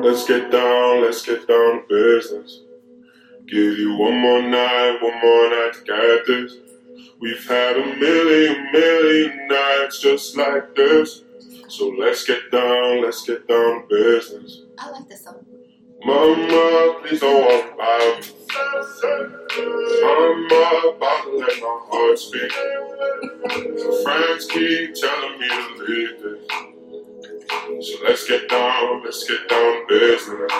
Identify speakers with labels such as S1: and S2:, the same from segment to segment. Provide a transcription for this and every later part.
S1: Let's get down, let's get down to business. Give you one more night, one more night to get this. We've had a million, million nights just like this. So let's get down, let's get down to business.
S2: I like this song.
S1: Mama, please don't walk by me. Mama, about to let my heart speak. Friends keep telling me to leave this. So let's get down, let's get down to business.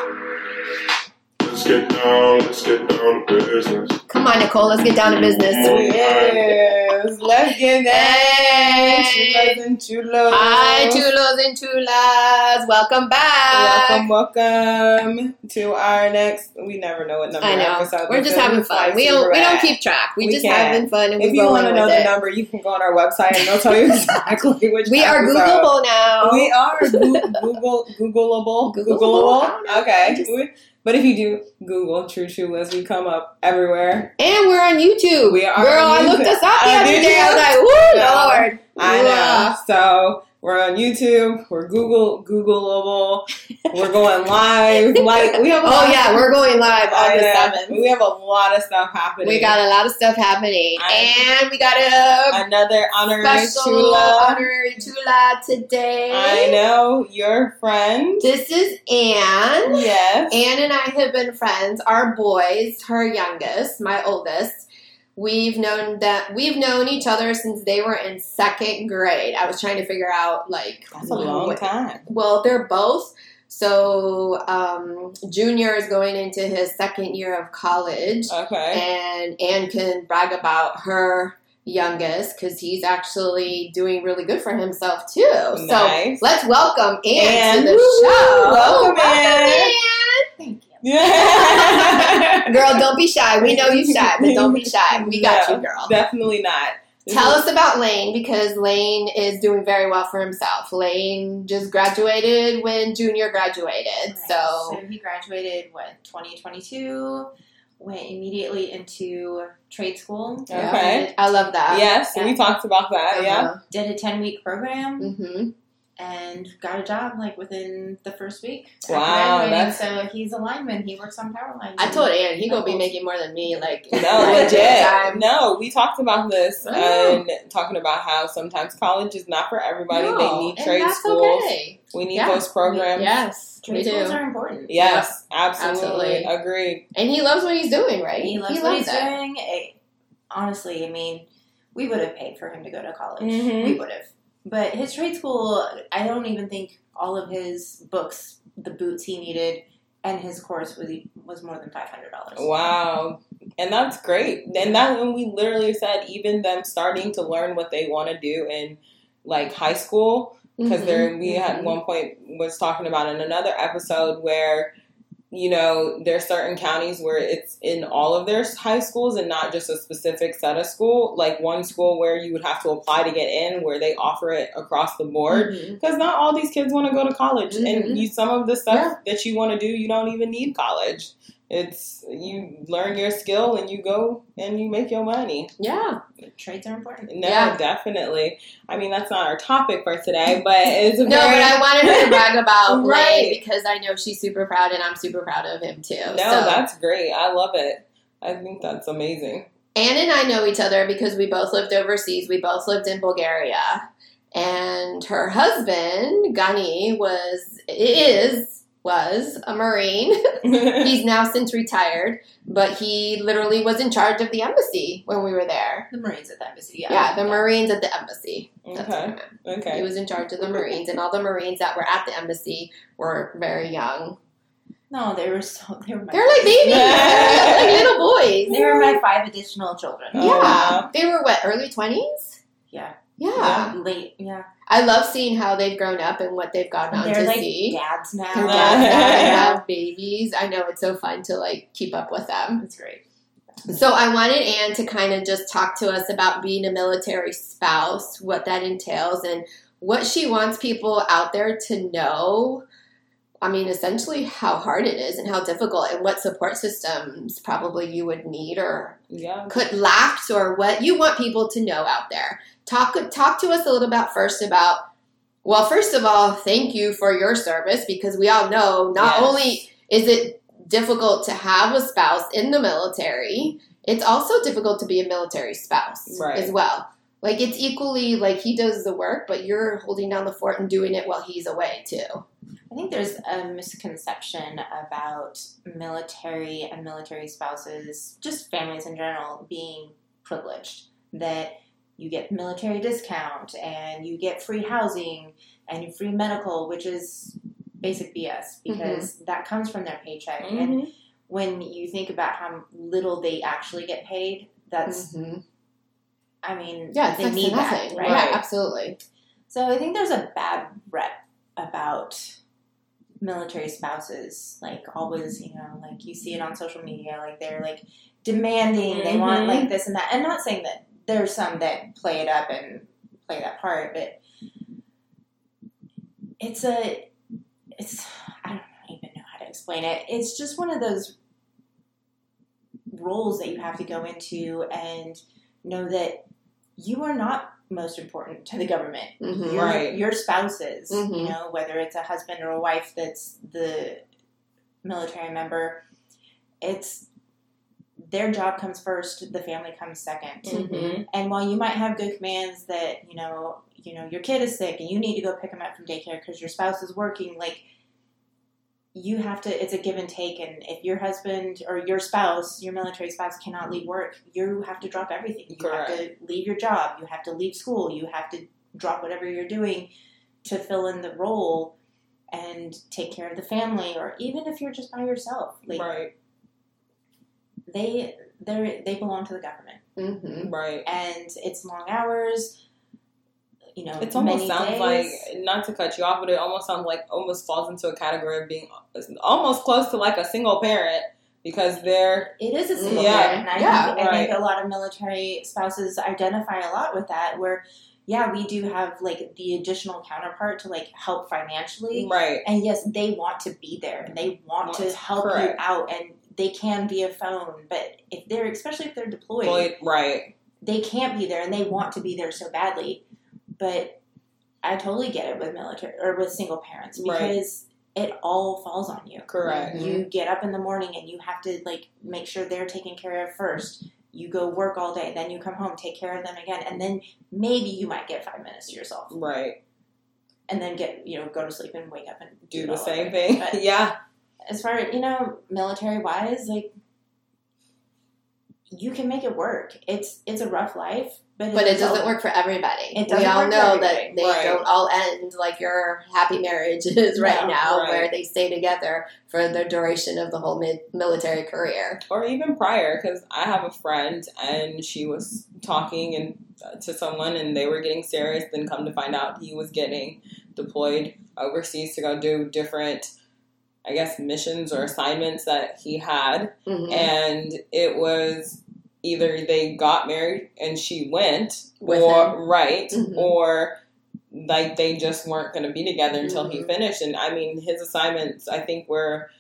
S1: Let's get down, let's get down to business.
S2: Come on, Nicole, let's get down to business.
S3: Yes, let's
S2: Hey.
S3: get that. Chulas and chulos.
S2: Hi, chulos and chulas. Welcome back.
S3: Welcome, welcome to our next. We never know what number
S2: I know.
S3: episode.
S2: We're
S3: this
S2: just
S3: is.
S2: having
S3: It's like
S2: fun. We
S3: super
S2: don't we don't
S3: rad.
S2: keep track. We,
S3: We
S2: just
S3: can't.
S2: having fun and
S3: If
S2: we
S3: you want
S2: rolling with
S3: to know the
S2: it.
S3: number, you can go on our website and they'll tell you exactly which.
S2: We are
S3: episode.
S2: Googleable now.
S3: We are Goo- Google Googleable.
S2: Googleable? I don't know.
S3: Googleable. Okay.
S2: Just-
S3: We- but if you do Google True Chulas, we come up everywhere.
S2: and we're on YouTube.
S3: We are
S2: Girl,
S3: on
S2: I looked us
S3: YouTube.
S2: up the
S3: Uh,
S2: other
S3: did
S2: day. I was
S3: you?
S2: like, woo,
S3: No.
S2: Lord.
S3: I
S2: Yeah.
S3: know. So we're on YouTube. We're Google Googleable. We're going live. Like we have. A lot
S2: Oh, yeah, we're going live
S3: I
S2: August
S3: know.
S2: 7th.
S3: We have a lot of stuff happening.
S2: We got a lot of stuff happening.
S3: I-
S2: and we got a
S3: another honorary
S2: special
S3: Shula.
S2: honorary Tula today.
S3: I know your friend.
S2: This is Anne.
S3: Yes.
S2: Anne and I have been friends. Our boys, her youngest, my oldest, we've known that we've known each other since they were in second grade. I was trying to figure out like
S3: That's a long
S2: what-
S3: time.
S2: Well, they're both. So um, junior is going into his second year of college,
S3: Okay.
S2: and Anne can brag about her youngest because he's actually doing really good for himself too. So
S3: Nice.
S2: let's welcome Anne to
S3: Anne.
S2: the
S3: Woo-hoo.
S2: show.
S3: Welcome, Anne.
S2: Thank you.
S3: Yeah.
S2: Girl, don't be shy. We know you shy, but don't be shy. We got
S3: No,
S2: you, girl.
S3: Definitely not.
S2: Tell us about Lane because Lane is doing very well for himself. Lane just graduated when Junior graduated.
S4: Right.
S2: So,
S4: he graduated what 2022 went immediately into trade school
S3: Okay.
S2: I love that.
S3: Yes,
S4: yeah.
S3: we talked about that.
S2: Uh-huh.
S3: Yeah.
S4: did a 10 week program
S2: Mm-hmm.
S4: and got a job like within the first week after
S3: Wow,
S4: graduating. so he's a lineman he works on power lines
S2: I told Ann he gonna be making more than me. Like
S3: No,
S2: like,
S3: legit.
S2: time. Oh.
S3: No, we talked about this
S2: I know.
S3: and talking about how sometimes college is not for everybody.
S2: No,
S3: they need
S2: and
S3: trade
S2: that's
S3: schools. Um,
S2: Okay.
S3: We need
S2: Yeah.
S3: those programs.
S2: Yes, we
S4: trade
S2: do.
S4: schools are important
S3: Yes, absolutely.
S2: absolutely.
S3: Agreed.
S2: and he loves what he's doing, right?
S4: he loves what he's
S2: that.
S4: doing It- honestly I mean we would have paid for him to go to college
S3: Mhm.
S2: Mm-hmm.
S4: we would have but his trade school I don't even think all of his books the boots he needed and his course was was more than five hundred dollars
S3: Wow. And that's great. And that when we literally said even them starting to learn what they want to do in like high school, because
S2: Mhm.
S3: there we had
S2: mhm.
S3: one point was talking about in another episode where you know there's certain counties where it's in all of their high schools and not just a specific set of school like one school where you would have to apply to get in where they offer it across the board
S2: Mhm.
S3: because not all these kids want to go to college
S2: Mhm.
S3: and you some of the stuff that you want to do you don't even need college it's you learn your skill and you go and you make your money
S2: Yeah.
S4: Trades are important.
S3: no
S2: Yeah.
S3: definitely i mean that's not our topic for today but it's
S2: No,
S3: very-
S2: but I wanted her to brag about Lane
S3: Right.
S2: because I know she's super proud and I'm super proud of him too.
S4: Oh,
S3: No,
S2: so
S3: that's great. I love it. I think that's amazing.
S2: Anne and I know each other because we both lived overseas. We both lived in Bulgaria. And her husband, Gani, was is was a Marine. He's now since retired, but he literally was in charge of the embassy when we were there.
S4: The Marines at the embassy. Yeah.
S2: Yeah, the Marines at the embassy. That's what I
S3: okay.
S2: meant. He
S3: Okay.
S2: was in charge of the Marines, and all the Marines that were at the embassy were very young.
S4: No, they were so they were my
S2: They're like babies, They're like little boys.
S4: they were my five additional children.
S3: Oh,
S2: Yeah,
S3: wow.
S2: they were what early twenties.
S4: Yeah.
S2: yeah.
S4: Late. Yeah.
S2: I love seeing how they've grown up and what they've gone on
S4: They're
S2: Oh, to
S4: like
S2: see.
S4: dads now.
S2: They're dads
S3: dads.
S2: now, they have babies. I know it's so fun to like keep up with them.
S4: That's great.
S2: So I wanted Anne to kind of just talk to us about being a military spouse, what that entails, and what she wants people out there to know. I mean, essentially, how hard it is and how difficult, and what support systems probably you would need or
S3: Yeah.
S2: could lapse or what you want people to know out there. Talk talk to us a little bit first about Well, first of all, thank you for your service because we all know not
S3: Yes.
S2: only is it difficult to have a spouse in the military, it's also difficult to be a military spouse
S3: Right.
S2: as well. Like it's equally like he does the work, but you're holding down the fort and doing it while he's away too.
S4: I think there's a misconception about military and military spouses, just families in general, being privileged. That you get military discount and you get free housing and free medical, which is basic BS
S2: Mm-hmm.
S4: because that comes from their paycheck. And
S3: Mhm.
S4: when you think about how little they actually get paid, that's, I mean,
S2: Mm-hmm. Yeah, it's
S4: Mm-hmm. they
S2: next
S4: need
S2: to nothing.
S4: that, right?
S2: Yeah, absolutely.
S4: So I think there's a bad rep about military spouses. Like always, you know, like you see it on social media, like they're like demanding, they want
S3: Mhm.
S4: like this and that. And not saying that there's some that play it up and play that part, but it's a it's I don't even know how to explain it. It's just one of those roles that you have to go into and know that you are not most important to the government
S2: Mhm.
S4: your,
S3: Right.
S4: your spouses, you
S2: Mhm.
S4: know, whether it's a husband or a wife that's the military member, it's their job comes first, the family comes 2nd
S3: Mhm.
S4: And while you might have good commands that, you know, you know, your kid is sick and you need to go pick him up from daycare because your spouse is working, like you have to it's a give and take and if your husband or your spouse your military spouse cannot leave work you have to drop everything you have to leave your job you have to leave school you have to drop whatever you're doing to fill in the role and take care of the family or even if you're just by yourself like
S3: Right.
S4: they they they belong to the government
S2: Mhm.
S4: mm,
S3: Right.
S4: and it's long hours you know
S3: It almost
S4: many
S3: sounds
S4: days.
S3: like, not to cut you off, but it almost sounds like almost falls into a category of being almost close to like a single parent because they're
S4: It is a single
S3: Mm, Yeah.
S4: parent. And I,
S2: Yeah,
S4: think, I think a lot of military spouses identify a lot with that, where, yeah, we do have like the additional counterpart to like help financially.
S3: right.
S4: And yes, they want to be there and they want to
S3: Mm. Yes,
S4: help
S3: correct.
S4: you out and they can be a phone. But if they're, especially if they're deployed,
S3: Boy, right.
S4: they can't be there and they want to be there so badly. But I totally get it with military or with single parents
S3: Right. Mm-hmm.
S4: because it all falls on you.
S3: Correct.
S2: Mhm.
S4: You get up in the morning and you have to like make sure they're taken care of first. You go work all day, then you come home, take care of them again, and then maybe you might get five minutes to yourself,
S3: Right.
S4: and then get you know go to sleep and wake up and
S3: Do
S4: it
S3: the
S4: all
S3: same
S4: over.
S3: thing.
S4: But
S3: yeah.
S4: as far as you know, military wise, like you can make it work. It's it's a rough life, but
S2: But it
S4: is a-
S2: doesn't work for everybody.
S4: It doesn't
S2: we all
S4: work for
S2: know
S4: everybody.
S2: that they
S3: Right.
S2: don't all end like your happy marriage is right
S4: No,
S2: now,
S3: right.
S2: where they stay together for the duration of the whole mid- military career.
S3: or even prior because i have a friend and she was talking and uh, to someone and they were getting serious then come to find out he was getting deployed overseas to go do different i guess missions or assignments that he had
S2: Mhm.
S4: Mm-hmm.
S3: and it was either they got married and she went
S2: With
S3: or right
S2: Mhm.
S3: or like they just weren't going to be together until he
S2: Mhm.
S3: finished and i mean his assignments i think were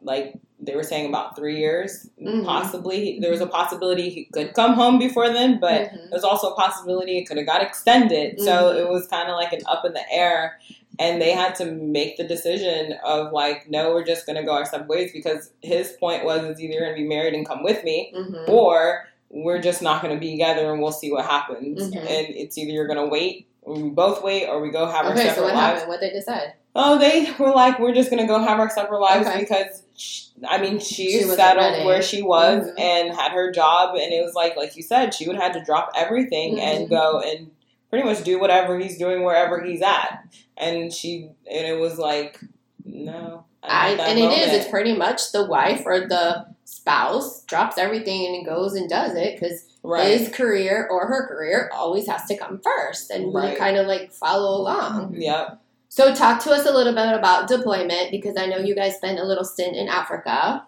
S3: like they were saying about three years
S2: Mhm.
S3: possibly there was a possibility he could come home before then but
S2: Mhm.
S3: there's also a possibility it could have got extended so
S2: Mhm.
S3: it was kind of like an up in the air and they had to make the decision of like no we're just going to go our separate ways because his point was it's either going to be married and come with
S4: Mm-hmm.
S3: me
S2: Mhm.
S3: or we're just not going to be together and we'll see what happens.
S2: Mhm.
S3: And it's either you're going to wait, or we both wait, or we go have our
S2: Okay,
S3: separate
S2: so what
S3: lives.
S2: happened? What they decide?
S3: Oh, they were like, we're just going to go have our separate lives
S2: Okay.
S3: because, sh I mean, she,
S2: She wasn't
S3: settled
S2: ready.
S3: where she was
S2: Mhm.
S3: and had her job. And it was like, like you said, she would have to drop everything and
S2: Mhm.
S3: go and pretty much do whatever he's doing wherever he's at. And she, and it was like, no.
S2: I,
S3: at that
S2: and it is.
S3: moment.
S2: It's pretty much the wife or the spouse drops everything and goes and does it because
S3: right.
S2: his career or her career always has to come first, and
S3: Right.
S2: we kind of like follow along.
S3: Yep.
S2: So, talk to us a little bit about deployment because I know you guys spent a little stint in Africa.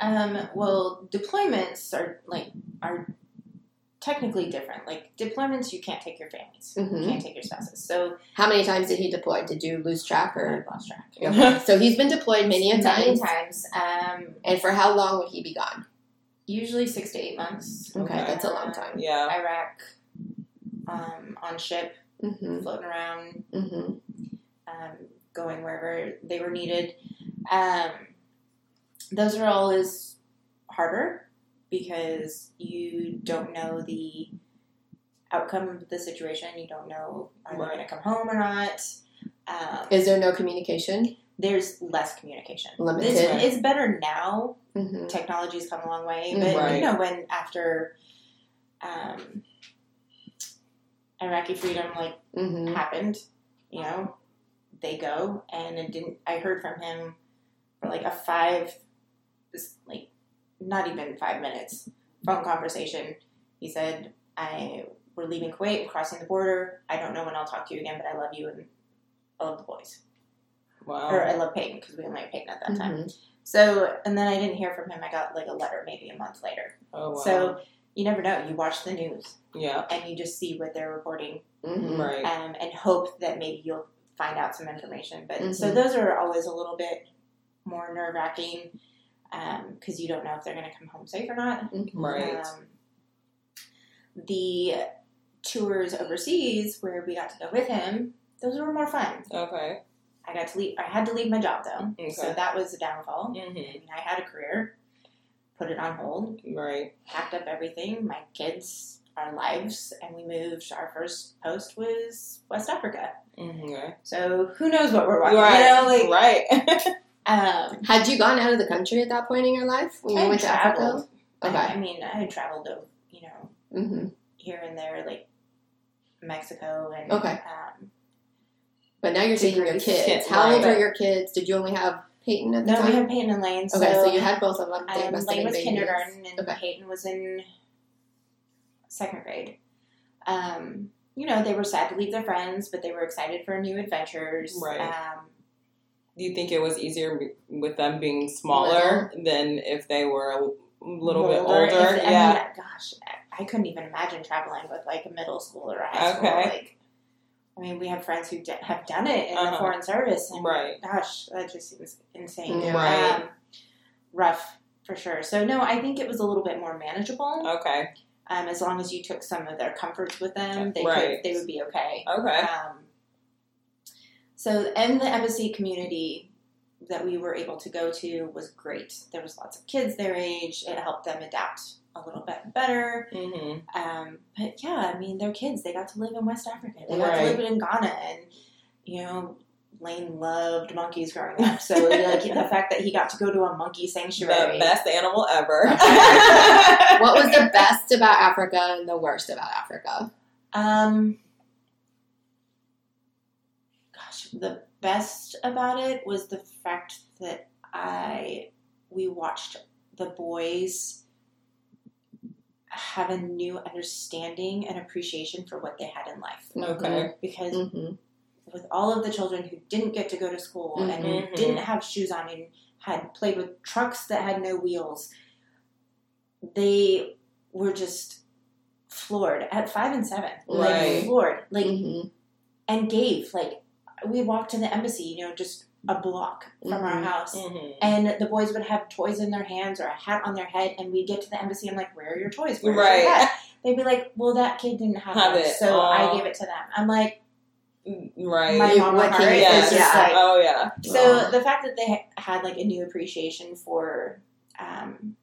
S4: Um, well, deployments are like are technically different. Like deployments, you can't take your families, you
S2: hmm
S4: can't take your spouses. So
S2: How many times did he deploy? Did you lose track
S4: I
S2: or?
S4: lost track.
S2: Okay. so he's been deployed many a time.
S4: Many times, um,
S2: And for how long would he be gone?
S4: usually six to eight months.
S2: Okay,
S3: Okay.
S2: that's a long time.
S3: yeah.
S4: Iraq, um, on ship,
S2: hmm
S4: floating around,
S2: hmm
S4: um, going wherever they were needed. Um, those are always harder because you don't know the outcome of the situation. You don't know are they
S3: Right.
S4: going to come home or not. Um,
S2: Is there no communication?
S4: there's less communication.
S2: Limited.
S4: It's, it's better now
S2: Mm-hmm.
S4: technology's come a long way,
S2: Mhm.
S4: but
S3: Right.
S4: you know when after um, Iraqi freedom like
S2: Mm-hmm.
S4: happened, you know, they go and it didn't. I heard from him for like a five, this, like not even five minutes phone conversation. He said, "I we're leaving Kuwait, we're crossing the border. I don't know when I'll talk to you again, but I love you and I love the boys, or
S3: Wow.
S4: I love Peyton because we only had Peyton at that
S2: Mm-hmm.
S4: time." So, and then I didn't hear from him. I got like a letter maybe a month later.
S3: Oh, wow.
S4: So, you never know. You watch the news
S3: yeah.
S4: and you just see what they're reporting
S2: Mm-hmm.
S3: Right.
S4: um, and hope that maybe you'll find out some information. But so
S3: Mm-hmm.
S2: Mhm.
S4: those are always a little bit more nerve wracking because you don't know if they're going to come home safe or not.
S3: Right.
S4: Um, the tours overseas where we got to go with him, those were more fun.
S3: Okay.
S4: I got to leave. I had to leave my job though, so
S3: Okay.
S4: that was a downfall.
S2: Mm-hmm.
S4: I
S3: hmm
S4: mean, I had a career, put it on hold,
S3: Right.
S4: packed up everything, my kids, our lives, and we moved. Our first post was West Africa.
S2: Mm-hmm.
S3: Okay.
S4: So who knows what we're watching?
S3: Right.
S4: You know, like,
S3: right.
S4: um,
S2: Had you gone out of the country at that point in your life when
S4: I
S2: you went to
S4: traveled.
S2: Africa?
S4: I- I,
S2: Okay.
S4: mean, I had traveled, to, you know,
S2: Mm-hmm.
S4: here and there, like Mexico and
S2: Okay.
S4: Um,
S2: But now you're taking your
S4: Degrees.
S2: kids.
S3: Kids,
S2: How old
S3: right.
S2: are your kids? Did you only have Peyton at the
S4: no,
S2: time?
S4: we had Peyton and Lane.
S2: okay, so,
S4: so
S2: you had both of them. They
S4: Um,
S2: must
S4: Lane
S2: have been
S4: was
S2: babies.
S4: kindergarten and
S2: Okay.
S4: Peyton was in second grade. Um, you know, they were sad to leave their friends, but they were excited for new adventures.
S3: Right.
S4: Um,
S3: Do you think it was easier be- with them being smaller than if they were a l- little bit
S4: older.
S3: older?
S4: If- I mean,
S3: yeah.
S4: gosh, I, I couldn't even imagine traveling with like a middle school or a high school.
S3: Okay.
S4: Like, I mean, we have friends who d- have done it in the
S3: Uh-huh.
S4: foreign service. And
S3: Right. Mm,
S4: Gosh, that just seems insane.
S2: Yeah.
S3: Right.
S4: Um, rough for sure. So no, I think it was a little bit more manageable.
S3: Okay.
S4: um, as long as you took some of their comforts with them, they
S3: Right.
S4: could, they would be okay.
S3: Okay.
S4: Um, so, and the embassy community that we were able to go to was great. There was lots of kids their age. It helped them adapt a little bit better.
S3: hmm
S4: Um, but yeah, I mean, they're kids. They got to live in West Africa. They got
S3: Right.
S4: to live in Ghana, and you know. Lane loved monkeys growing up, so like the fact that he got to go to a monkey
S3: The
S4: sanctuary.
S3: best animal ever.
S2: What was the best about Africa and the worst about Africa?
S4: Um, gosh, the best about it was the fact that I we watched the boys have a new understanding and appreciation for what they had in life
S3: Okay.
S4: because
S2: Mm-hmm.
S4: with all of the children who didn't get to go to school and who
S3: Mhm.
S4: didn't have shoes on and had played with trucks that had no wheels, they were just floored at five and seven.
S2: Right.
S4: Like floored. Like
S2: Mm-hmm.
S4: and gave. Like we walked to the embassy, you know, just a block from our
S2: Mhm.
S4: house.
S3: hmm
S4: And the boys would have toys in their hands or a hat on their head, and we'd get to the embassy. I'm like, "Where are your toys? Where's
S3: Right.
S4: your hat?" They'd be like, "Well, that kid didn't have,
S3: Have
S4: one,
S3: it.
S4: so
S3: Aw.
S4: I gave it to them." I'm like,
S3: Right.
S4: my
S2: You-
S4: mama
S2: what
S4: heart
S2: can you-
S4: is
S3: yes.
S4: just
S2: yeah.
S4: like
S3: oh yeah.
S4: so
S2: Oh.
S4: the fact that they ha- had like a new appreciation for um,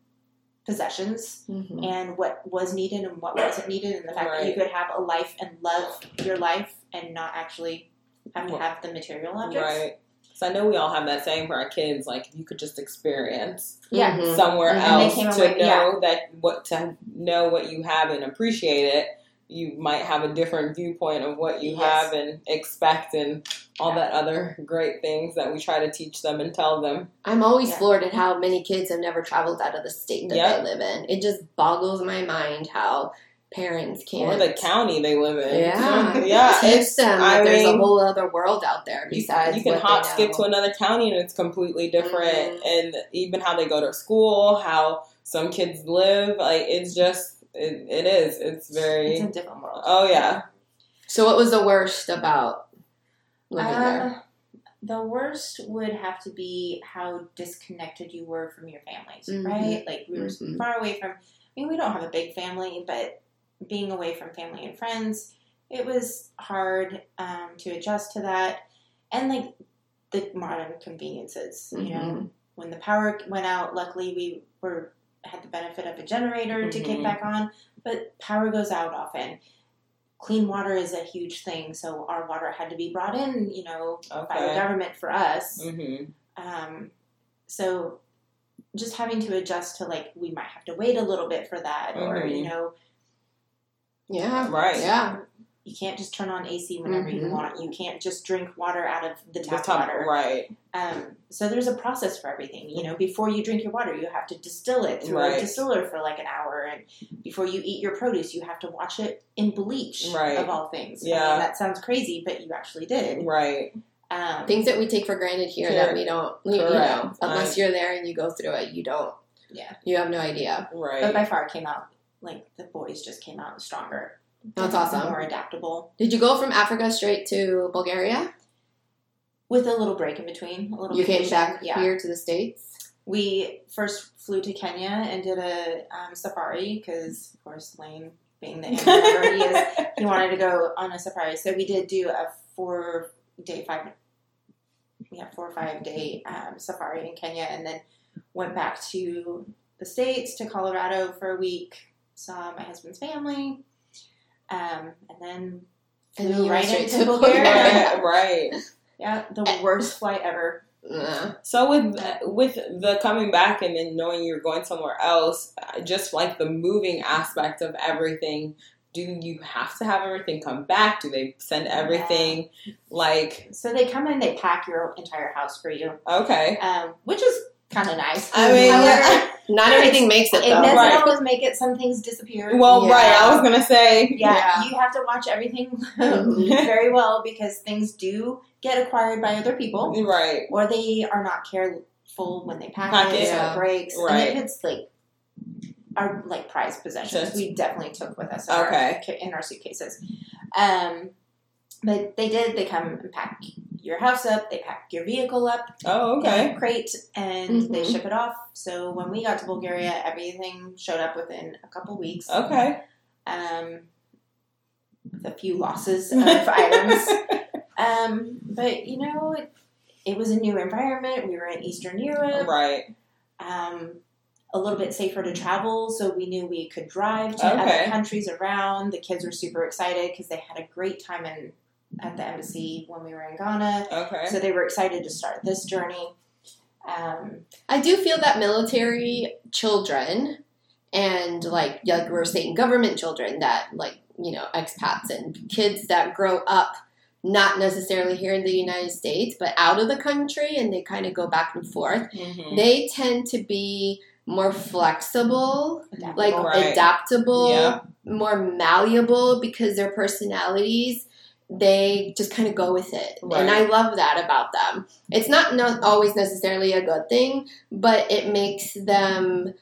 S4: possessions
S2: Mm-hmm.
S4: and what was needed and what wasn't needed and the fact that you
S3: Mm. Right.
S4: could have a life and love your life and not actually have to
S3: Right.
S4: have the material objects
S3: Right. So I know we all have that saying for our kids, like if you could just experience
S4: yeah
S2: Mhm.
S3: somewhere
S2: Mhm.
S4: And they
S3: else
S4: came
S3: to
S4: away- yeah.
S3: know that what to know what you have and appreciate it, you might have a different viewpoint of what you
S4: Yes.
S3: have and expect and all that other great things that we try to teach them and tell them.
S2: I'm always
S4: Yeah.
S2: floored at how many kids have never traveled out of the state that
S3: Yeah.
S2: they live in. It just boggles my mind how parents can't.
S3: Or the county they live in.
S2: Yeah.
S3: yeah. It's
S2: teach them
S3: I
S2: that there's a
S3: mean,
S2: whole other world out there
S3: you,
S2: besides
S3: you can
S2: what
S3: hop
S2: they
S3: skip
S2: know.
S3: to another county and it's completely
S2: Mhm.
S3: different and even how they go to school how some kids live like it's just it, it is it's very
S4: it's a different world
S3: Mm-hmm. oh yeah
S2: So, what was the worst about living there?
S4: um, the worst would have to be how disconnected you were from your families,
S2: Mhm.
S4: right? Like we were
S2: Mhm.
S4: far away from. I mean, we don't have a big family, but being away from family and friends, it was hard um, to adjust to that. and like the modern conveniences. You know,
S2: Mhm.
S4: when the power went out, luckily we were had the benefit of a generator to kick
S3: Mhm.
S4: back on. But power goes out often. Clean water is a huge thing, so our water had to be brought in. You know, by the
S3: Okay.
S4: government for us.
S3: Mm-hmm.
S4: Um, so just having to adjust to like we might have to wait a little bit for that, or you
S3: Mhm.
S4: know,
S2: Yeah.
S3: Right.
S2: Yeah.
S4: you can't just turn on AC whenever you
S2: Mhm.
S4: want. You can't just drink water out of Mm-hmm. the
S3: The
S4: tap
S3: top-
S4: water.
S3: Right.
S4: Um, so there's a process for everything. You know, before you drink your water, you have to distill it through a
S3: Right.
S4: distiller for like an hour, and before you eat your produce, you have to wash it in bleach.
S3: Right.
S4: Of all things, I mean,
S3: Yeah.
S4: that sounds crazy, but you actually did.
S3: Right.
S4: Um,
S2: Things that we take for granted here that we don't, we, you know,
S3: Correct.
S2: unless
S3: I-
S2: you're there and you go through it, you don't.
S4: Yeah.
S2: You have no idea.
S4: but
S3: Right.
S4: by far, it came out like the boys just came out stronger.
S2: That's awesome.
S4: More adaptable.
S2: Did you go from Africa straight to Bulgaria?
S4: with a little break in between. A little
S2: You came
S4: vacation.
S2: back
S4: yeah.
S2: here to the States?
S4: We first flew to Kenya and did a um, safari because, of course, Lane being the animal lover he is, he wanted to go on a safari. So we did do a four day, five, yeah, four or five day um, safari in Kenya, and then went back to the states to Colorado for a week. Saw my husband's family, um, and then
S2: And then
S4: flew
S2: you
S4: right
S2: went straight
S4: into
S2: to
S4: Bulgaria.
S2: Bulgaria.
S3: Yeah, right.
S4: yeah, the worst flight ever.
S2: Uh,
S3: So with with the coming back and then knowing you're going somewhere else, uh, just like the moving aspect of everything, do you have to have everything come back? Do they send everything? Like
S4: So they come in, they pack your entire house for you,
S3: okay,
S4: um, which is kind of nice.
S2: Uh,
S3: I mean,
S4: However,
S2: not everything makes it
S4: it
S2: though.
S4: doesn't
S3: Right.
S4: always make it. Some things disappear.
S3: well,
S2: Yeah.
S3: right. I was gonna say
S4: yeah,
S2: Yeah.
S4: you have to watch everything
S2: Mhm.
S4: very well because things do get acquired by other people,
S3: right,
S4: or they are not careful when they pack,
S3: Pack
S4: it,
S2: it.
S4: so
S2: Yeah.
S4: it breaks.
S3: Right.
S4: And if it's like our like prized possessions,
S3: Just-
S4: we definitely took with us in, our-
S3: Okay.
S4: in our suitcases. Um, but they did. They come and pack your house up. They pack your vehicle up.
S3: oh
S4: in
S3: okay, Mm-hmm.
S4: a crate and they
S2: Mhm.
S4: ship it off. So when we got to Bulgaria, everything showed up within a couple weeks.
S3: okay,
S4: Um, with a few losses of items. Um, but you know, it, it was a new environment. We were in Eastern Europe.
S3: right,
S4: Um, a little bit safer to travel, so we knew we could drive to
S3: Okay.
S4: other countries around. The kids were super excited because they had a great time in at the embassy when we were in Ghana.
S3: okay,
S4: So they were excited to start this journey. Um,
S2: I do feel that military children and like like we were saying, government children that like you know expats and kids that grow up not necessarily here in the United States but out of the country and they kind of go back and forth.
S3: Mhm.
S2: They tend to be more flexible like
S4: adaptable.
S3: Right.
S2: adaptable,
S3: Yeah.
S2: more malleable because their personalities they just kind of go with it. And I love that about them. It's not no- always necessarily a good thing, but it makes them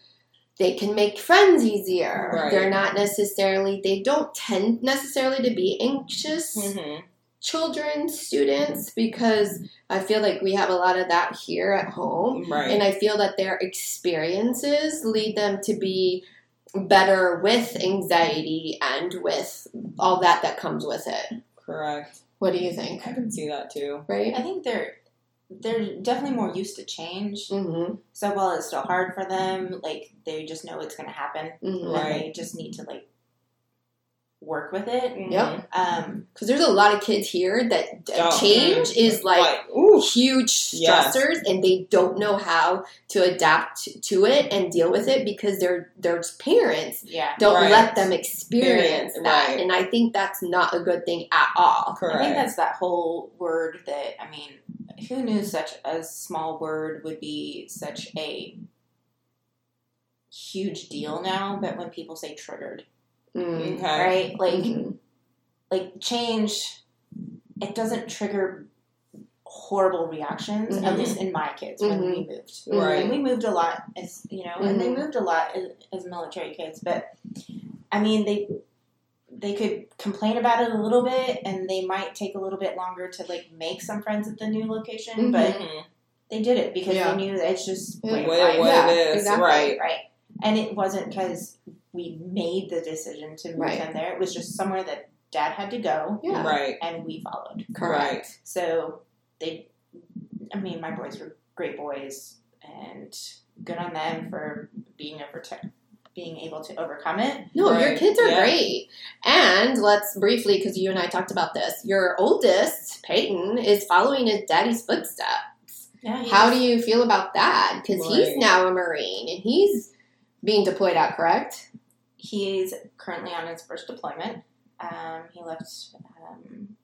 S2: they can make friends easier.
S3: Right.
S2: They're not necessarily they don't tend necessarily to be anxious
S3: Mhm.
S2: children, students because I feel like we have a lot of that here at home.
S3: right,
S2: And I feel that their experiences lead them to be better with anxiety and with all that that comes with it.
S3: correct.
S2: What do you think?
S3: I can see that too.
S2: Right?
S4: I think they're they're definitely more used to change.
S2: Mm-hmm.
S4: So while it's still hard for them, like they just know it's going to happen,
S2: Because
S3: Right.
S4: and they just need to like work with it.
S2: Yep.
S4: Um,
S2: there's a lot of kids here that d-
S3: Don't.
S2: change is like,
S3: Like, ooh,
S2: huge
S3: Oh, mm-hmm. Yes.
S2: stressors, and they don't know how to adapt to it and deal with it because their their parents
S4: yeah,
S2: don't
S3: Right.
S2: let them experience
S3: Experience,
S2: that.
S3: right.
S2: And I think that's not a good thing at all.
S3: correct.
S4: I think that's that whole word that I mean, who knew such a small word would be such a huge deal now? But when people say triggered,
S2: Mm.
S3: okay,
S4: right, like
S3: Mm-hmm.
S2: Mhm.
S4: like change it doesn't trigger horrible reactions
S2: Mhm.
S4: at least in my kids when
S2: Mm-hmm.
S4: we moved
S3: Right.
S4: and we moved a lot as you know and they
S2: Mhm.
S4: moved a lot as, as military kids but i mean they they could complain about it a little bit and they might take a little bit longer to like make some friends at the new
S2: Mhm.
S4: location but
S3: Mhm.
S4: they did it because
S2: Yeah.
S4: they knew that it's just
S2: Yeah.
S4: way of
S3: What,
S4: life.
S3: what
S2: Yeah,
S3: it is,
S2: exactly.
S3: right?
S4: Right. And it wasn't because we made the decision to move
S2: Right.
S4: them there. It was just somewhere that dad had to go
S2: mm-hmm. Yeah.
S3: Right.
S4: and we followed.
S2: Correct.
S4: So they, I mean, my boys were great boys, and good on them for being overtake, being able to overcome it.
S2: No, your
S3: Right,
S2: kids are
S3: yeah.
S2: great. And let's briefly, because you and I talked about this, your oldest, Peyton, is following his daddy's footsteps.
S4: Yeah,
S2: How do you feel about that? Because he's
S3: Right.
S2: now a Marine and he's being deployed out, correct?
S4: He's currently on his first deployment. Um, he left um,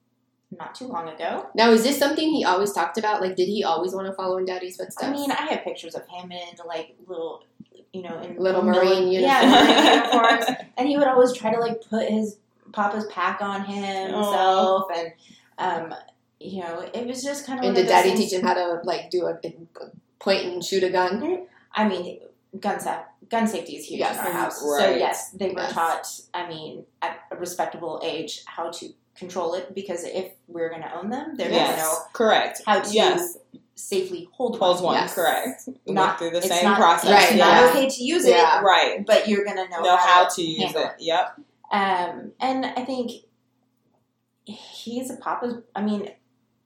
S4: not too long ago.
S2: Now, is this something he always talked about? Like, did he always want to follow in daddy's
S4: I
S2: footsteps?
S4: mean, I have pictures of him in like little, you know, in
S2: Little
S4: mili-
S2: Marine
S4: Yeah,
S3: uniform.
S4: Marine uniforms. and he would always try to like put his papa's pack on himself, and um, you know, it was just kind of.
S2: and
S4: one
S2: did
S4: of
S2: daddy
S4: those
S2: teach
S4: things-
S2: him how to, like, do a point and shoot a gun?
S4: I mean, gun sa- gun safety is huge
S2: Yes. Mm-hmm.
S4: in our house, so
S3: Right.
S4: yes, they were
S2: Yes.
S4: taught. I mean, at a respectable age, how to control it because if we're going to own them, they're going to
S3: yes,
S4: know
S3: correct.
S4: how to
S3: yes,
S4: safely hold
S3: holds one,
S2: Yes.
S3: correct. We went
S4: Not-
S3: through the
S4: It's
S3: same
S4: not,
S3: process.
S4: It's
S2: Right,
S4: not
S2: yeah.
S4: okay to use
S2: Yeah.
S4: it,
S3: Right.
S4: but you're going to know,
S3: Know
S4: how
S3: how to use
S4: handle
S3: it. Yep.
S4: Um, and I think he's a papa's. I mean,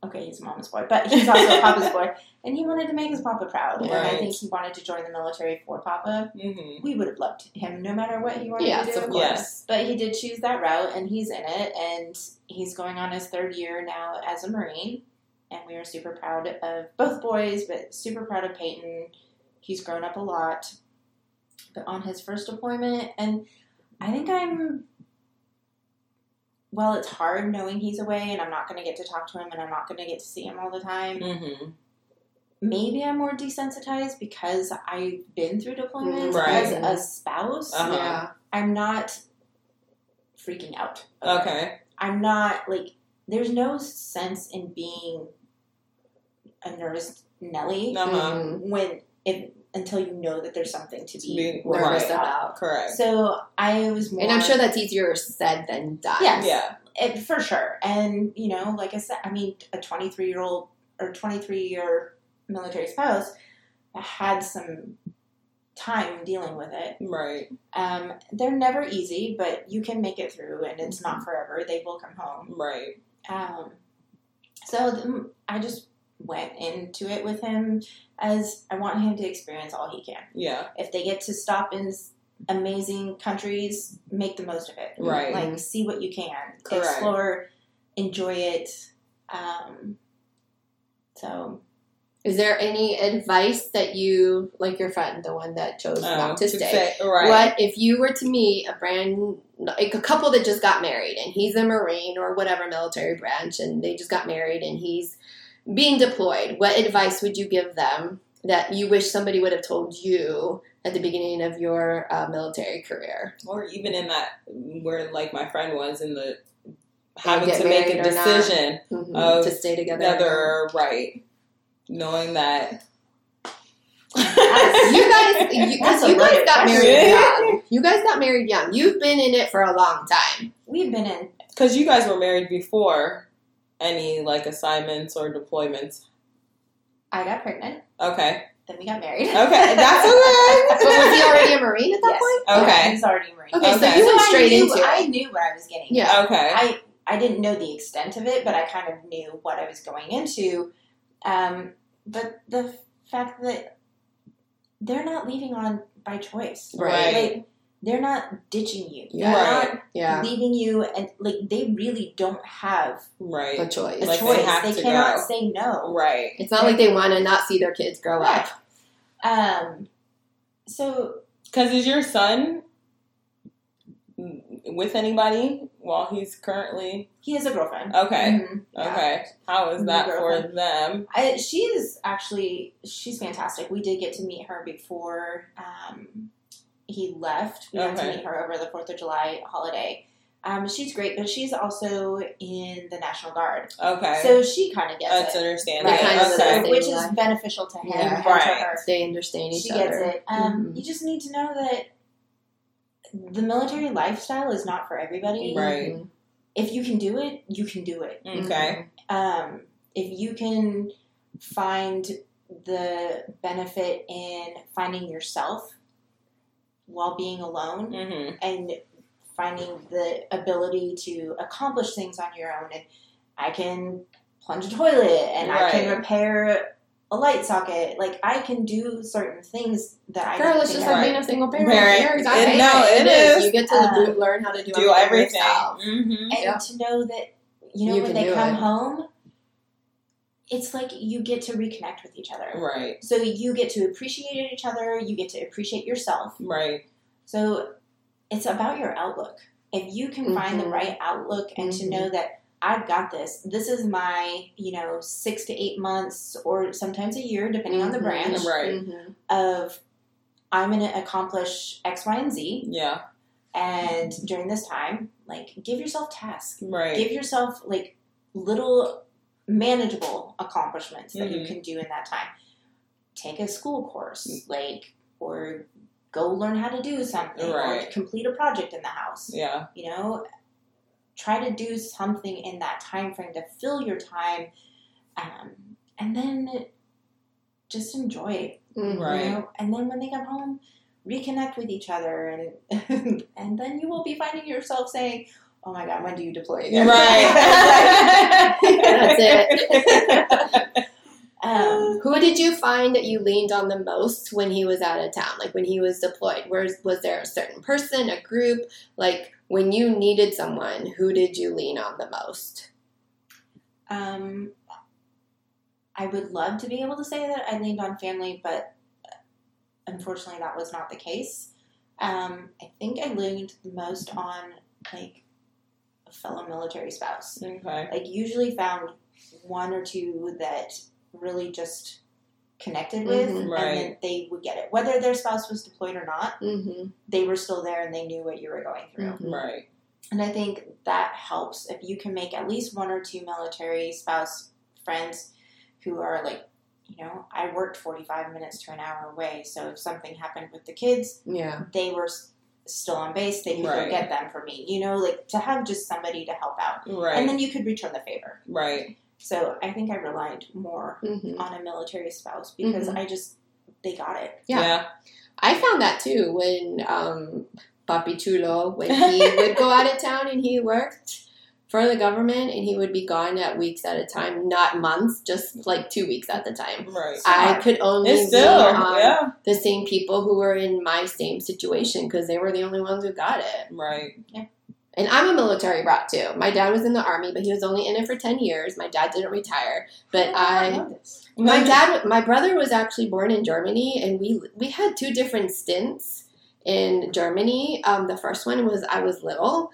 S4: okay, he's a mama's boy, but he's also a papa's boy, and he wanted to make his papa proud. And I
S3: Right.
S4: think he wanted to join the military for papa.
S3: hmm
S4: We would have loved him no matter what he wanted
S2: Yes,
S4: to do.
S2: of course.
S3: Yes.
S4: But he did choose that route, and he's in it, and he's going on his third year now as a Marine. And we are super proud of both boys, but super proud of Peyton. He's grown up a lot, but on his first deployment, and I think I'm. Well, it's hard knowing he's away, and I'm not going to get to talk to him, and I'm not going to get to see him all the time
S3: hmm
S4: maybe I'm more desensitized because I've been through deployments
S3: Right.
S4: as a spouse.
S3: Uh-huh.
S2: Yeah.
S4: I'm not freaking out. over it.
S3: Okay.
S4: I'm not like there's no sense in being a nervous Nelly
S3: Uh-huh.
S2: Mhm.
S4: when if until you know that there's something to
S3: To be
S4: be
S2: Nervous
S3: right.
S2: about.
S3: Correct.
S4: So I was more
S2: And I'm sure that's easier said than done.
S4: Yes.
S3: yeah.
S4: it, for sure. And you know, like I said, I mean, a 23 year old or 23 year military spouse had some time dealing with it.
S3: Right.
S4: Um, they're never easy, but you can make it through, and it's not forever. They will come home.
S3: Right.
S4: Um, so th- I just went into it with him as I want him to experience all he can.
S3: Yeah.
S4: If they get to stop in s- amazing countries, make the most of it
S3: Right.
S4: like see what you can
S3: Correct.
S4: explore enjoy it um so
S2: Is there any advice that you, like your friend, the one that chose
S3: Oh,
S2: not to
S3: to
S2: stay?
S3: say- right.
S2: What if you were to meet a brand, like a couple that just got married and he's a Marine or whatever military branch and they just got married and he's being deployed? What advice would you give them that you wish somebody would have told you at the beginning of your uh, military career?
S3: or even in that where like my friend was in the having
S2: get
S3: to make a
S2: married or not.
S3: decision
S2: Mhm.
S3: Of
S2: to stay together?
S3: whether right knowing that
S2: you guys, you, 'cause
S4: That's a
S2: you guys
S4: loaded
S2: got
S4: question.
S2: married young. You guys got married young. You've been in it for a long time.
S4: we've been in
S3: because you guys were married before any like assignments or deployments
S4: i got pregnant
S3: okay
S4: then we got married
S3: okay that's okay
S2: But was he already a Marine at that point?
S4: yes
S3: Okay.
S4: he's already married
S2: Okay,
S3: Okay.
S2: so you went
S4: I
S2: straight
S4: knew,
S2: into it.
S4: i knew what i was getting
S2: Yeah.
S3: okay
S4: i i didn't know the extent of it but i kind of knew what i was going into um but the fact that they're not leaving on by choice
S2: Right.
S4: Like, they're not ditching you
S2: Yeah.
S4: they're
S3: Right.
S4: not
S2: yeah,
S4: leaving you and like they really don't have
S3: right
S2: a choice.
S4: a
S3: Like, they
S4: choice.
S3: have
S4: They,
S3: to
S4: cannot
S3: go.
S4: say no.
S3: right
S2: It's not like they want to not see their kids grow up.
S4: Um so
S3: because is your son with anybody while he's currently
S4: he has a girlfriend.
S3: okay
S4: Mhm.
S2: Mm-hmm.
S3: okay how is
S4: New
S3: that for
S4: girlfriend.
S3: them
S4: I, she is actually she's fantastic. We did get to meet her before um, he left. We got to
S3: Okay.
S4: meet her over the Fourth of July holiday. Um, she's great, but she's also in the National Guard,
S3: okay
S4: so she kind of gets
S3: that's
S4: it,
S3: understandable
S2: They kind of
S4: right?
S2: the
S3: okay
S2: same
S4: So, which is
S2: life.
S4: beneficial to him
S2: Yeah.
S4: and
S3: Right.
S4: to her.
S2: They understand each
S4: she
S2: other.
S4: gets it. Um,
S2: Mhm.
S4: You just need to know that the military lifestyle is not for everybody.
S3: Right.
S2: Mhm.
S4: If you can do it, you can do it.
S2: Mm-hmm.
S3: okay
S4: Um, if you can find the benefit in finding yourself while being
S2: Mm-hmm.
S4: alone
S3: hmm
S2: Mm.
S4: and finding the ability to accomplish things on your own, and I can plunge a toilet and I
S3: Right.
S4: can repair a light socket. Like I can do certain things that I
S2: Girl,
S4: don't
S2: it's
S4: think
S2: just
S4: I-
S2: like
S3: Right.
S2: being a single parent.
S3: Parent.
S2: You're exactly
S3: It- no,
S2: right.
S3: it is.
S2: You get to
S4: Um,
S2: do- learn how to do,
S3: do everything.
S2: yourself.
S3: hmm
S4: and
S2: Yeah.
S4: to know that you know
S2: You can
S4: when they
S2: do
S4: come
S2: it.
S4: home it's like you get to reconnect with each other
S3: Right.
S4: so you get to appreciate each other you get to appreciate yourself
S3: Right.
S4: so it's about your outlook if you can find the
S2: Mhm.
S4: right outlook and
S2: Mhm.
S4: to know that i've got this this is my you know six to eight months or sometimes a year depending on the
S2: Mhm.
S4: branch
S3: Mm-hmm. Mm, Right.
S2: Mhm.
S4: of i'm going to accomplish x y and z
S3: Yeah.
S4: and during this time like give yourself tasks
S3: Right.
S4: give yourself like little manageable accomplishments that you
S3: Mhm.
S4: can do in that time take a school
S3: Mm.
S4: course like or go learn how to do something or
S3: Right.
S4: complete a project in the house
S3: yeah.
S4: you know try to do something in that time frame to fill your time um, and then just enjoy it
S2: Mhm.
S3: Right.
S4: you know? and then when they come home reconnect with each other and and then you will be finding yourself saying oh my god when do you deploy again
S2: That's
S3: Right. it.
S4: um,
S2: Who did you find that you leaned on the most when he was out of town? Like when he was deployed? Where's was there a certain person, a group? Like when you needed someone, who did you lean on the most?
S4: um, i would love to be able to say that i leaned on family but uh, unfortunately that was not the case um, i think i leaned most on like a fellow military spouse
S3: okay.
S4: like usually found one or two that really just connected with
S2: Mhm.
S3: Mm-hmm. Right.
S4: and then they would get it whether their spouse was deployed or not
S2: Mm-hmm.
S4: they were still there and they knew what you were going through
S3: Mm-hmm. Right.
S4: and i think that helps if you can make at least one or two military spouse friends who are like you know i worked 45 minutes to an hour away so if something happened with the kids
S2: Yeah.
S4: they were s- still on base they could
S3: Right.
S4: go get them for me you know like to have just somebody to help out and
S3: Right.
S4: then you could return the favor
S3: Right.
S4: so I think I relied more
S2: Mm-hmm.
S4: on a military spouse because
S2: Mhm.
S4: I just they got it.
S2: Yeah.
S3: Yeah.
S2: I found that too when um, Papi Chulo, when he would go out of town and he worked for the government and he would be gone at weeks at a time, not months, just like two weeks at the time.
S3: Right.
S2: I could only
S3: It's still.
S2: lean on
S3: Yeah.
S2: the same people who were in my same situation because they were the only ones who got it.
S3: Right.
S2: And I'm a military brat too. My dad was in the army, but he was only in it for ten years. My dad didn't retire, but
S3: Oh,
S2: I my dad, my brother was actually born in Germany, and we we had two different stints in Germany. Um, the first one was I was little.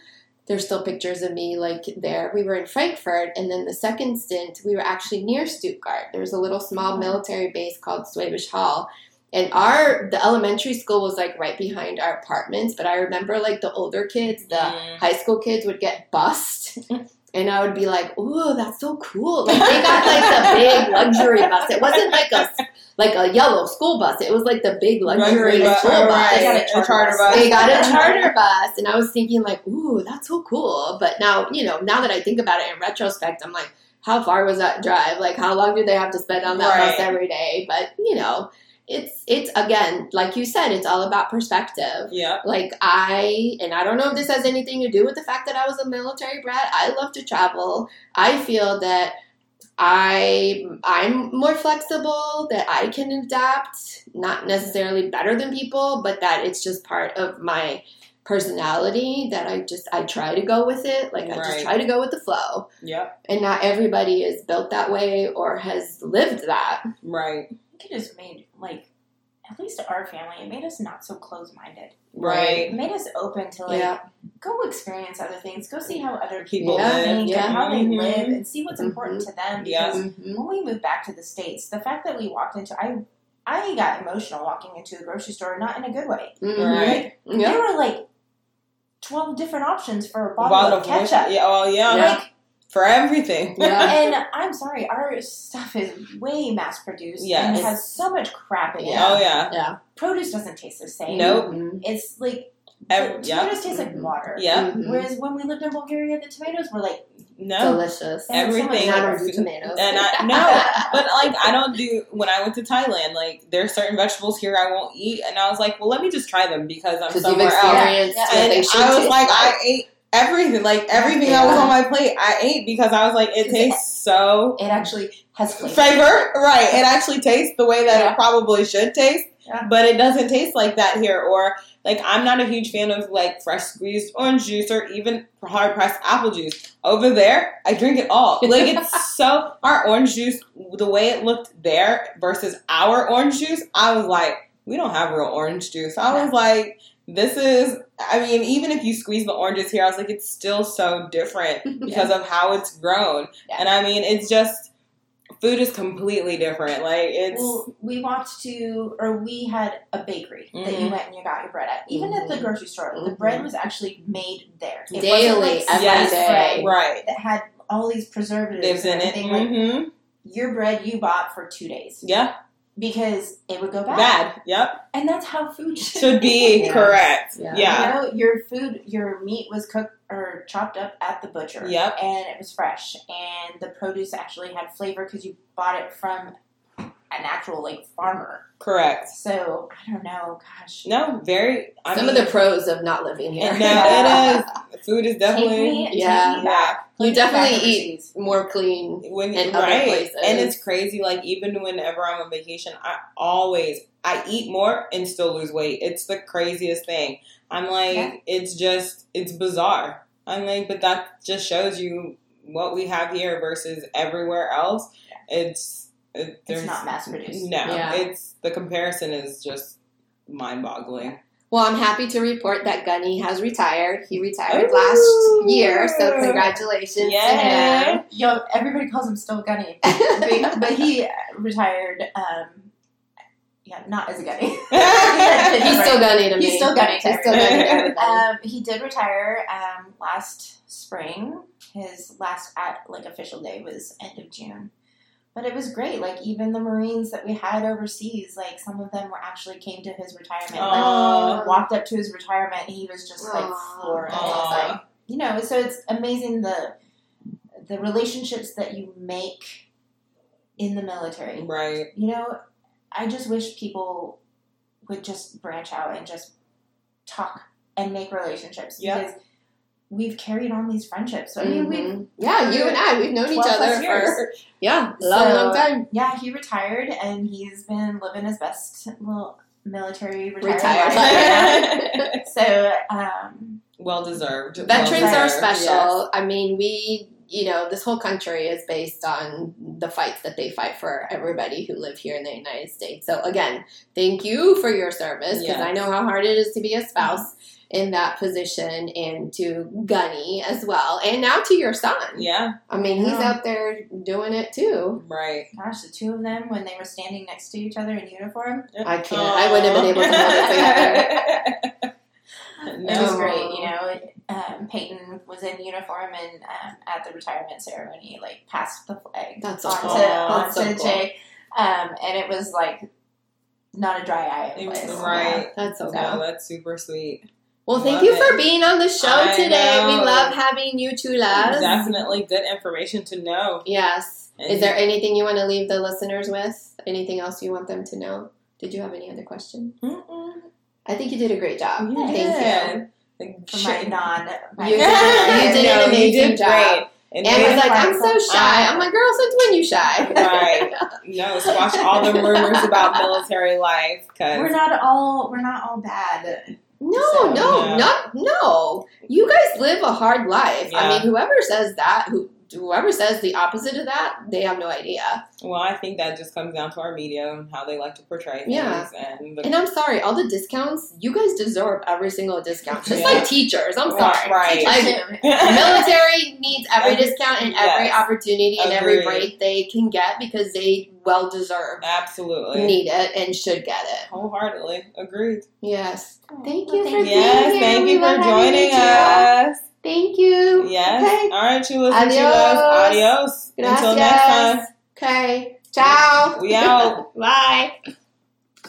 S2: There's still pictures of me like there. We were in Frankfurt, and then the second stint we were actually near Stuttgart. There was a little small military base called Swabish Hall. And our the elementary school was like right behind our apartments, but I remember like the older kids, the
S3: Mm.
S2: high school kids would get bussed. And I would be like, "Ooh, that's so cool!" Like they got like the big luxury bus. It wasn't like a like a yellow school bus. It was like the big luxury
S3: Luxury bus,
S2: school bus.
S3: right.
S4: They got a charter bus.
S2: They got a charter bus, and I was thinking like, "Ooh, that's so cool!" But now, you know, now that I think about it in retrospect, I'm like, "How far was that drive? Like, how long did they have to spend on that bus
S3: Right.
S2: every day?" But you know, it's it's again, like you said, it's all about perspective.
S3: Yeah.
S2: Like I, and I don't know if this has anything to do with the fact that I was a military brat. I love to travel. I feel that I I'm more flexible, that I can adapt, not necessarily better than people, but that it's just part of my personality that I just I try to go with it. Like I just
S3: Right.
S2: try to go with the flow.
S3: Yeah.
S2: And not everybody is built that way or has lived that.
S3: Right.
S4: I think it just made like at least our family, it made us not so close minded. It
S3: Right.
S4: made us open to like
S2: Yeah.
S4: go experience other things, go see how other
S3: People
S4: people
S2: Yeah,
S4: think
S2: yeah.
S4: and how they
S3: Mhm.
S4: live and see what's
S2: Mhm.
S4: important to them.
S3: Yeah.
S4: Because when we moved back to the States, the fact that we walked into I I got emotional walking into a grocery store, not in a good way.
S2: Mhm.
S3: Right.
S2: Yeah.
S4: There were like twelve different options for a bottle,
S3: Bottle
S4: of
S3: of
S4: ketchup.
S3: whiskey. Yeah. Oh yeah.
S2: Yeah.
S4: Like
S3: For everything.
S2: Yeah.
S4: and I'm sorry, our stuff is way mass produced and
S3: Yes.
S4: it has so much crap in
S2: Yeah.
S4: it.
S3: Oh yeah.
S4: Produce doesn't taste the same.
S3: Nope.
S2: Mhm.
S4: It's like
S3: Ev-
S4: tomatoes
S3: yeah.
S4: taste like
S2: Mhm.
S4: water.
S3: Yeah.
S2: Mhm.
S4: Whereas when we lived in Bulgaria, the tomatoes were like
S3: No.
S2: Delicious.
S4: And so much
S3: Everything.
S2: And I
S4: better.
S2: don't do tomatoes.
S3: And I no, but like I don't do when I went to Thailand. Like there's certain vegetables here I won't eat, and I was like, well, let me just try them because I'm
S2: because you've
S3: somewhere else.
S2: experienced
S4: Yeah.
S2: what
S3: And
S2: they should
S3: I was
S2: taste
S3: like, I ate everything, like everything that was on my plate, I ate because I was like, it tastes so
S4: It actually has flavor.
S3: flavor, right? It actually tastes the way that
S4: Yeah.
S3: it probably should taste,
S4: Yeah.
S3: but it doesn't taste like that here. Or like, I'm not a huge fan of like fresh squeezed orange juice or even hard pressed apple juice. Over there, I drink it all. Like it's so our orange juice, the way it looked there versus our orange juice, I was like, we don't have real orange juice. I was like. This is, I mean, even if you squeeze the oranges here, I was like, it's still so different because of how it's grown.
S2: Yeah.
S3: And I mean, it's just, food is completely different. Like it's
S4: Well, we walked to, or we had a bakery that you
S3: Mhm.
S4: went and you got your bread at. Even at the
S2: Mhm.
S4: grocery store, the
S2: Mhm.
S4: bread was actually made there. It
S2: Daily,
S4: wasn't like
S2: every
S4: sliced
S2: day.
S4: bread
S3: right.
S4: That had all these preservatives
S3: Lives in
S4: and
S3: it.
S4: everything. Like
S3: hmm
S4: your bread you bought for two days
S3: Yeah,
S4: because it would go bad,
S3: bad. Yep,
S4: and that's how food should,
S3: should be
S2: Yeah.
S3: correct.
S2: Yeah.
S3: Yeah,
S4: You know, your food, your meat was cooked or chopped up at the butcher.
S3: Yep.
S4: And it was fresh. And the produce actually had flavor because you bought it from an actual, like, farmer.
S3: correct.
S4: So, I don't know. Gosh.
S3: No, very. I
S2: Some
S3: mean,
S2: of the pros of not living here.
S3: and now it is. Food is
S4: Take
S3: definitely
S4: me, take
S2: Yeah.
S4: me back.
S2: You
S4: Take me back
S2: definitely eat-
S4: overseas.
S2: more clean.
S3: when
S2: in other
S3: right,
S2: places.
S3: and it's crazy. Like even whenever I'm on vacation, I always I eat more and still lose weight. It's the craziest thing. I'm like,
S4: Yeah.
S3: it's just it's bizarre. I'm like, but that just shows you what we have here versus everywhere else. It's it,
S4: It's
S3: there's
S4: not mass produced.
S3: no.
S2: Yeah.
S3: It's the comparison is just mind boggling.
S2: Well, I'm happy to report that Gunny has retired. He retired
S3: Ooh.
S2: last year, so congratulations to him.
S3: Yeah.
S4: Yo, everybody calls him still Gunny. but, but he retired, um, yeah, not as a Gunny.
S2: He's still Gunny to me.
S4: He's still Gunny to
S2: He's still Gunny to everybody.
S4: Um, he did retire um, last spring. His last at, like official day was end of June, but it was great. Like even the Marines that we had overseas, like some of them were actually came to his retirement. Like,
S3: Aw.
S4: walked up to his retirement, and he was just like
S2: Aw.
S4: floored. And
S3: Aw.
S4: it's like you know, so it's amazing the the relationships that you make in the military
S3: right.
S4: you know, I just wish people would just branch out and just talk and make relationships
S3: Yeah.
S4: because we've carried on these friendships. So, I mean, we
S2: Mhm. yeah, you and I, we've known each
S4: 12 plus
S2: other
S4: years.
S2: for yeah, a long,
S4: So-
S2: long time.
S4: yeah, he retired and he's been living his best little military retired,
S2: Retired.
S4: life. so, um,
S3: well deserved.
S2: Veterans
S3: Well
S2: are
S3: deserved,
S2: special.
S3: yes.
S2: I mean, we, you know, this whole country is based on the fights that they fight for everybody who live here in the United States. So, again, thank you for your service because
S3: Yes.
S2: I know how hard it is to be a spouse in that position and to Gunny as well. And now to your son.
S3: Yeah.
S2: I mean, he's
S4: Yeah.
S2: out there doing it too.
S3: Right.
S4: gosh, the two of them when they were standing next to each other in uniform,
S2: I can't. I wouldn't have been able to hold it together.
S3: it together.
S4: It was
S2: No.
S4: great, you know. It, um, Peyton was in uniform and um, at the retirement ceremony, like passed the flag
S2: That's
S4: onto,
S2: awesome.
S3: Aw,
S2: That's
S4: onto
S2: so cool.
S4: Jay, um, and it was like not a dry eye.
S3: It was
S4: place.
S3: right.
S2: That's so cool.
S3: No, that's super sweet.
S2: Well, thank
S3: Love
S2: you
S3: it.
S2: for being on the show
S3: I
S2: today. We
S3: know.
S2: love having you two loves.
S3: Definitely good information to know.
S2: Yes.
S3: And-
S2: Is there anything you want to leave the listeners with? Anything else you want them to know? Did you have any other question? I think you did a great job.
S4: Yeah.
S2: Thank you.
S4: For my non, my
S2: You
S3: Yeah.
S2: did an
S3: No, you
S2: amazing
S3: did
S2: job.
S3: great. And
S2: And
S3: we-
S2: was like, I'm so shy.
S3: Uh,
S2: I'm like, girl, since when you shy?
S3: Right. no, squash all the rumors about military life
S4: We're
S3: because
S4: not all we're not all bad.
S2: No,
S4: So,
S2: no,
S3: yeah.
S2: not no. You guys live a hard life. I
S3: Yeah.
S2: mean, whoever says that, who whoever says the opposite of that, they have no idea.
S3: well, I think that just comes down to our media and how they like to portray things.
S2: Yeah.
S3: And, the,
S2: And I'm sorry, all the discounts, you guys deserve every single discount. Just
S3: Yeah.
S2: like teachers. I'm
S3: Right,
S2: sorry.
S3: Right.
S2: I- The military needs every
S3: Every-
S2: discount and every
S3: yes.
S2: opportunity and every
S3: Agreed.
S2: break they can get because they well deserve,
S3: Absolutely.
S2: need it, and should get it.
S3: Wholeheartedly agreed.
S2: Yes. Thank
S4: Well,
S2: you for
S3: Yes,
S2: being here.
S3: thank
S2: We
S3: you for
S2: love having
S3: joining
S2: you.
S3: us.
S2: Thank you.
S3: Yes.
S2: Okay.
S3: All right, chulas and
S2: Adios.
S3: chulas. Adios. Until next
S2: Gracias. Okay. Ciao.
S3: time. We out.
S2: Bye.